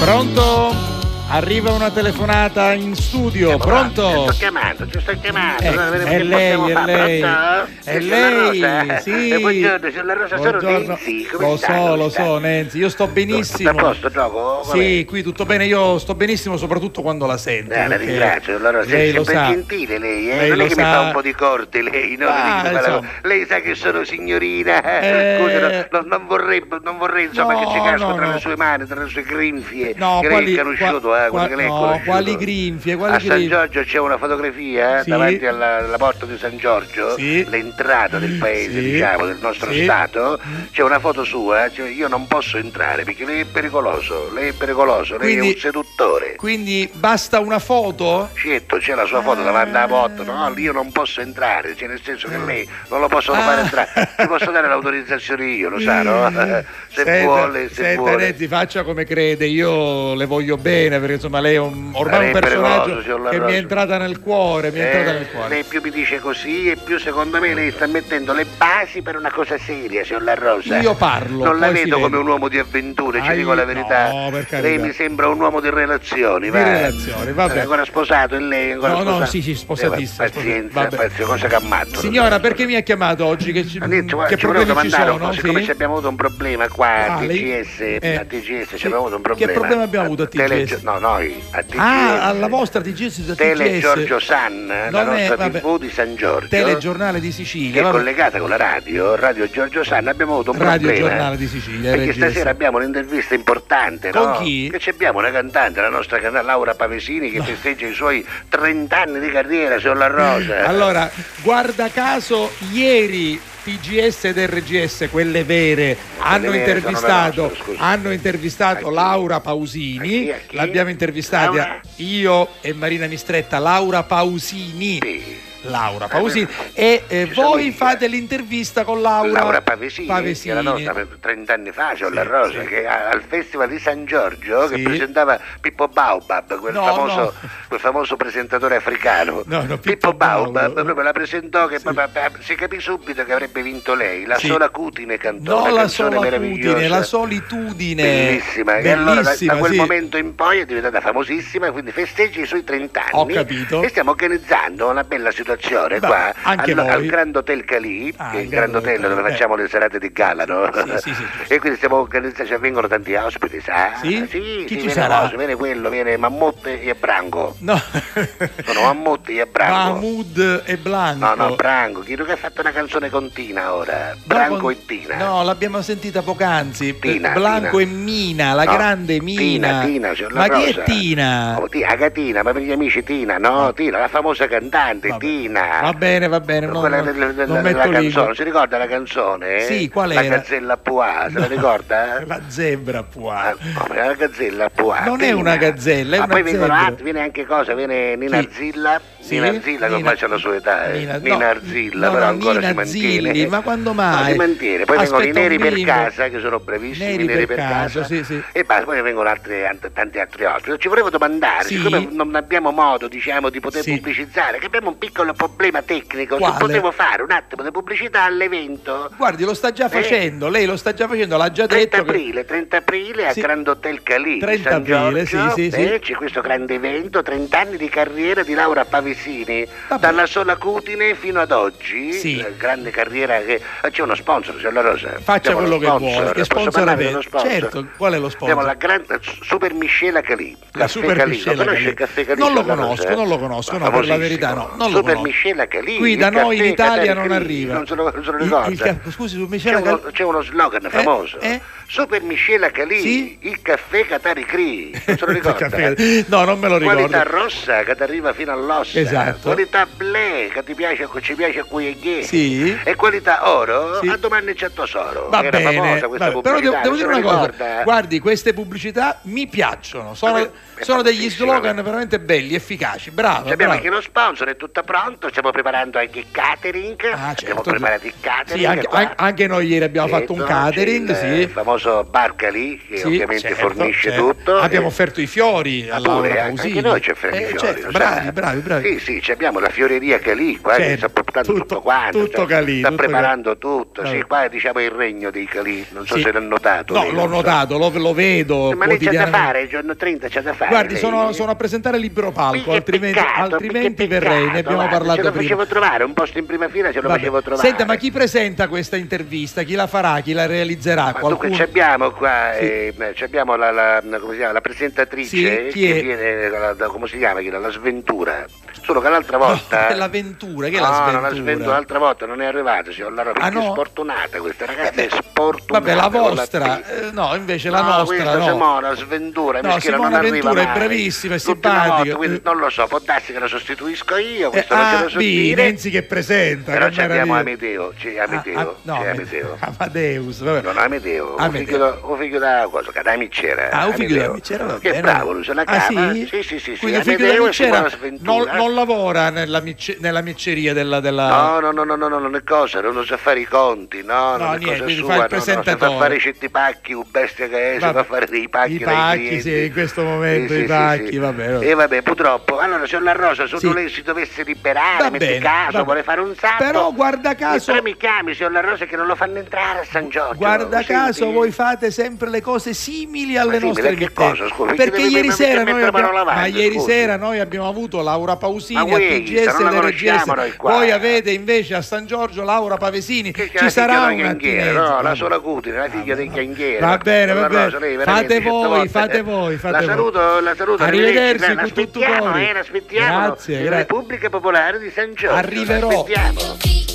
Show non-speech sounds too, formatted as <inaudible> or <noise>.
Pronto? Arriva una telefonata in studio, Ti Ecco, pronto? Eh, sto chiamando, ti sto chiamando. Eh, Allora, vediamo è che lei, possiamo è fare, lei. pronto? È Signor lei, Rosa? sì. Eh, buongiorno, sono la Rosa, sono Buongiorno. Nenzi. Come Lo sta? so, Come lo sta? so, Nenzi, io sto benissimo. Tutto a posto, gioco? Sì, qui tutto bene, io sto benissimo soprattutto quando la sento. Eh, la perché ringrazio, allora lei sei lo sempre sa. gentile lei, eh? Lei non lo è che mi sa. fa un po' di corte lei, no? Ah, Mi dico, guarda, insomma. lei sa che sono signorina, Eh. scusa, no, no, non vorrei, non vorrei insomma No, che ci casco no, tra no. le sue mani, tra le sue grinfie, No, che lei quali- è conosciuto, qua- eh, quelle qua- che lei è no, conosciuto. quali grinfie, quali A San grinfie? Giorgio c'è una fotografia eh, Sì. davanti alla, alla porta di San Giorgio, Sì. Mm, l'entrata del paese, Sì. diciamo, del nostro Sì. Mm. Stato, c'è una foto sua, cioè, io non posso entrare perché lei è pericoloso, lei è pericoloso, lei è Quindi- un seduttore. Quindi basta una foto? Certo, c'è la sua Ah. foto davanti alla porta, no, lì io non posso entrare, cioè nel senso che lei non lo posso Ah. fare entrare, ti posso dare l'autorizzazione io, lo sa, no? <laughs> Se Senta- vuole, se senta, vuole. Renzi, faccia come crede, io le voglio bene perché insomma lei è un, ormai Lei un è pericoloso, personaggio signor La che mi Rosa. è entrata nel cuore, mi è entrata Eh, nel cuore. lei più mi dice così e più secondo me lei sta mettendo le basi per una cosa seria, signor La Rosa. Io parlo, eh, Non la poi si vedo come vede. un uomo di avventure, ci Ai- dico la verità. no, per carità. lei mi sembra un uomo di relazioni, Di va. relazioni, vabbè. È ancora sposato e lei è ancora No, no, sposato. sì, sì, sposatissimo, Eh, pazienza, sposato, vabbè. pazienza, cosa che ammatto. Signora, perché mi ha chiamato oggi? Che, ci, Adesso, guarda, che "Ah, ci volevo problemi ci domandare, sono? siccome Sì? ci abbiamo avuto un problema qua Ah, a lei- TGS, eh, a TGS ci sì. abbiamo avuto un Che problema. problema abbiamo avuto a TGS? Tele- no, noi, a TGS. Ah, alla vostra TGS da Tele TGS. Giorgio San, la Non è- nostra vabbè. TV di San Giorgio. Telegiornale di che Sicilia. è vabbè. collegata con la radio, Radio Giorgio San, abbiamo avuto un Radio problema. Giornale di Sicilia, Perché RGS. stasera abbiamo un'intervista importante, no? Con chi? Che ci abbiamo una cantante, la nostra cantante Laura Pavesini, che festeggia i suoi 30 anni di carriera sulla rosa. Allora, guarda caso, ieri TGS ed RGS, quelle vere, hanno vere sono le intervistato, nostre, scusi. hanno intervistato A chi? Laura A Pausini, chi, a chi? l'abbiamo intervistata Laura? io e Marina Mistretta, Laura Pausini. Sì. Laura Pausini e eh, Ci voi somiglia. fate l'intervista con Laura, Laura Pavesini, Pavesini. che era nostra per 30 anni fa, c'ho la Sì, Rosa, sì. che a- al Festival di San Giorgio Sì. che presentava Pippo Baobab, quel, No, famoso, no. quel famoso presentatore africano. No, no, Pippo Baobab, Baobab. proprio la presentò che Sì. proprio- ah, si capì subito che avrebbe vinto lei, la Sì. sola cutine cantò, No, una la canzone solitudine, meravigliosa. la solitudine. Bellissima, eh. e allora da, da Bellissima, quel sì. momento in poi è diventata famosissima, quindi festeggi i suoi 30 anni. Ho capito. E stiamo organizzando una bella situazione Beh, qua anche al, al voi. Grand Hotel Calì, Ah, che è il il Grand Grand Hotel Hotel, dove beh. facciamo le serate di gala, no? Sì, sì, sì, giusto. e quindi stiamo organizzando, ci vengono tanti ospiti, sa? Sì? Sì, sì, Chi ci viene sarà? Rosa, viene quello, viene Mammotte e Branco. <laughs> No. Sono Mammotti e Branco. Mahmood Ah, e Blanco. No, no, Branco, chiedo che ha fatto una canzone con Tina ora. Branco Dopo- e Tina. No, l'abbiamo sentita poc'anzi. Tina, Blanco Tina. e Mina, la No, grande Mina. Tina, Tina, signor La Ma chi Rosa. è Tina? Ah. Oh, Tina, Agatina, ma per gli amici Tina, no? Tina, la famosa cantante, Vabbè. Tina. Va bene, va bene. Non, Ah. Quella del- non del- della metto lì. canzone, si ricorda la canzone? eh? Sì, qual La era? gazzella Pua, se la No. ricorda? La zebra puà. eh? Ah, come la gazzella Pua. Non è Tina. una gazzella, è Ma una poi vengono zebra. altri, viene anche cosa, viene Nina Chi? Zilla. Sì? Nina Zilla, che Nina- ormai c'ha la sua età, eh. Nina- Nina, no, Zilla, no, però no, ancora Nina si mantiene. Zilli, ma quando No, mai? si mantiene. Poi vengono Aspetta i un neri per bimbo. casa, che sono brevissimi, Neri per casa, sì, sì. e basta, poi vengono altre, ant- tanti altri ospiti. Ci volevo domandare, Sì. siccome non abbiamo modo diciamo, di poter Sì. pubblicizzare, che abbiamo un piccolo problema tecnico, se Quale? potevo fare un attimo di pubblicità all'evento. Guardi, lo sta già Eh. facendo, lei lo sta già facendo, l'ha già 30 detto. che- aprile, 30 aprile a Sì. Grand Hotel Calì. 30 San aprile, Giorgio, sì, sì, sì. eh, c'è questo grande evento, 30 anni di carriera di Laura Pavesini, Vabbè. dalla sola Cutine fino ad oggi. Sì. Eh, grande carriera che. eh, C'è uno sponsor, signor La Rosa. Faccia Abbiamo quello lo che sponsor. vuole, che Posso sponsor parlare avete? dello sponsor? Certo, qual è lo sponsor? Abbiamo la grande Super Miscela Calì. La Caffè Super Calì. Miscela Lo conosce Calì? il Caffè Calì, Non lo signor La Rosa? conosco, non lo conosco, no, per la Famosissimo. verità no, non lo Super conosco. Miscela Calì. Qui da il noi in caffè Italia Calì, non arriva. Non se lo, non se lo Il- il ricorda. ca- scusi, su c'è, Miscela uno, Calì- c'è uno slogan Eh, famoso. eh? <laughs> Super Miscela Calì, Sì? il caffè Catari Cri. Non <laughs> se lo ricorda. Capito? no, non me lo Qualità ricordo. rossa che ti arriva fino all'ossa, Esatto. qualità ble che ti piace, che ci piace a cui è gay. Sì. e qualità oro Sì. a domani c'è tesoro. Va Era bene, famosa questa va bene. però devo, pubblicità, devo se dire lo una cosa, ricorda? eh? guardi queste pubblicità mi piacciono, Vabbè, sono, è sono degli famosissima, slogan vabbè. veramente belli, efficaci, bravo. Sappiamo bravo. anche lo sponsor, è tutto pronto, stiamo preparando anche il catering, Ah, abbiamo certo. preparato il catering. Sì, anche, qua. an- anche noi ieri abbiamo fatto un Certo, c'è catering, il, eh, sì. famoso famoso Barcali, che Sì, ovviamente certo, fornisce certo. tutto. Abbiamo e- offerto i fiori a Ma pure, Laura anche, Pausini. anche noi c'è Fermi Eh, Fiori, certo, lo bravi, sai. bravi, bravi. Sì, sì, ci abbiamo la fioreria Calì, qua Certo, che sta portando tutto, tutto- quanto, cioè, tutto Calì, sta tutto Calì. preparando tutto, sì, Allora. qua è, diciamo il regno dei Calì, non so Sì. se l'hanno notato. No, lei, l'ho non so. notato, lo, lo vedo. Ma lei c'è da quotidianamente. fare, il giorno 30 c'è da fare. Guardi, lei. sono, sono a presentare libero palco, Mica altrimenti, peccato, altrimenti mica verrei, ne peccato, abbiamo guarda, parlato Ce lo prima. facevo trovare, un posto in prima fila ce lo Vabbè. facevo trovare. Senta, ma chi presenta questa intervista? Chi la farà? Chi la realizzerà? Ma Qualcuno? Dunque ci abbiamo qua, Sì. <laughs> eh, ci abbiamo la, la- come si chiama, la presentatrice Sì, chi che è? viene, da- da- come si chiama, chi era? la sventura, solo che l'altra volta... No, l'avventura, che è <laughs> la no, non sventura? la sventura, l'altra volta non è arrivata, signor Laro, perché Ah, no? è sportunata questa ragazza, è sportunata. Vabbè, la con vostra, T. eh, no, invece la No, nostra, questa no. Simona Sventura, No, mischia, Simona non arriva Ventura è mai. bravissima, è L'ultima volta, simpatica. quindi Eh. non lo so, può darsi che la sostituisco io, Eh, questo non ce A, lo so B, dire. Renzi che presenta. Però che ci abbiamo meraviglia. Amedeo, c'è Amedeo, Ah, ah, no, c'è Amede- Amedeo. <laughs> Amadeus, vabbè. Non Amedeo, un Amedeo. figlio, da- un figlio da cosa? che Da amicera. Ah, un figlio da Amedeo. Micera va Che bene. bravo, lui se la Ah, cava. sì? sì, sì, sì, sì. Quindi il figlio da Amedeo e Micera Simona non, Sventura. non lavora nella, mice- nella micceria della... della... No, no, no, no, no, no, non è cosa, non lo sa fare i conti, No, no, non è niente, cosa quindi sua, fa il no, no, sa presentatore. far fare i certi pacchi, un bestia che è, sa Vabbè. far fare dei pacchi I dai pacchi, clienti. sì, in questo momento i pacchi, vabbè, vabbè. E vabbè, purtroppo, allora se la Rosa, se Sì. lei si dovesse liberare, Va metti bene, va caso, bene. vuole fare un salto. Però, guarda caso- E poi mi chiami, signor La Rosa, che non lo fanno entrare a San Giorgio. Guarda senti? caso voi fate sempre le cose simili alle Ma simili nostre a che emittenti. cosa, scusi? Perché Perché mi- ieri mi- sera mi noi metto la abbiamo, mano ma avanti, ieri scusi. sera noi abbiamo avuto Laura Pausini Ma a voi, TGS se non la ed conosciamo noi RGS. qua. eh. Voi avete invece a San Giorgio Laura Pavesini. Che Ci sarà un ghianghiera, attinenza. no, la sola cutina, la figlia del ghianghiera. Va bene, va Allora, bene. Rosa, lei veramente Fate certe voi, volte, fate eh, voi, fate la voi. saluto, la saluto. Arrivederci arrivederci, la con tutto aspettiamo, cuore. eh, la aspettiamo. Grazie, in grazie. Repubblica Popolare di San Giorgio. la Arriverò. aspettiamo. You'll be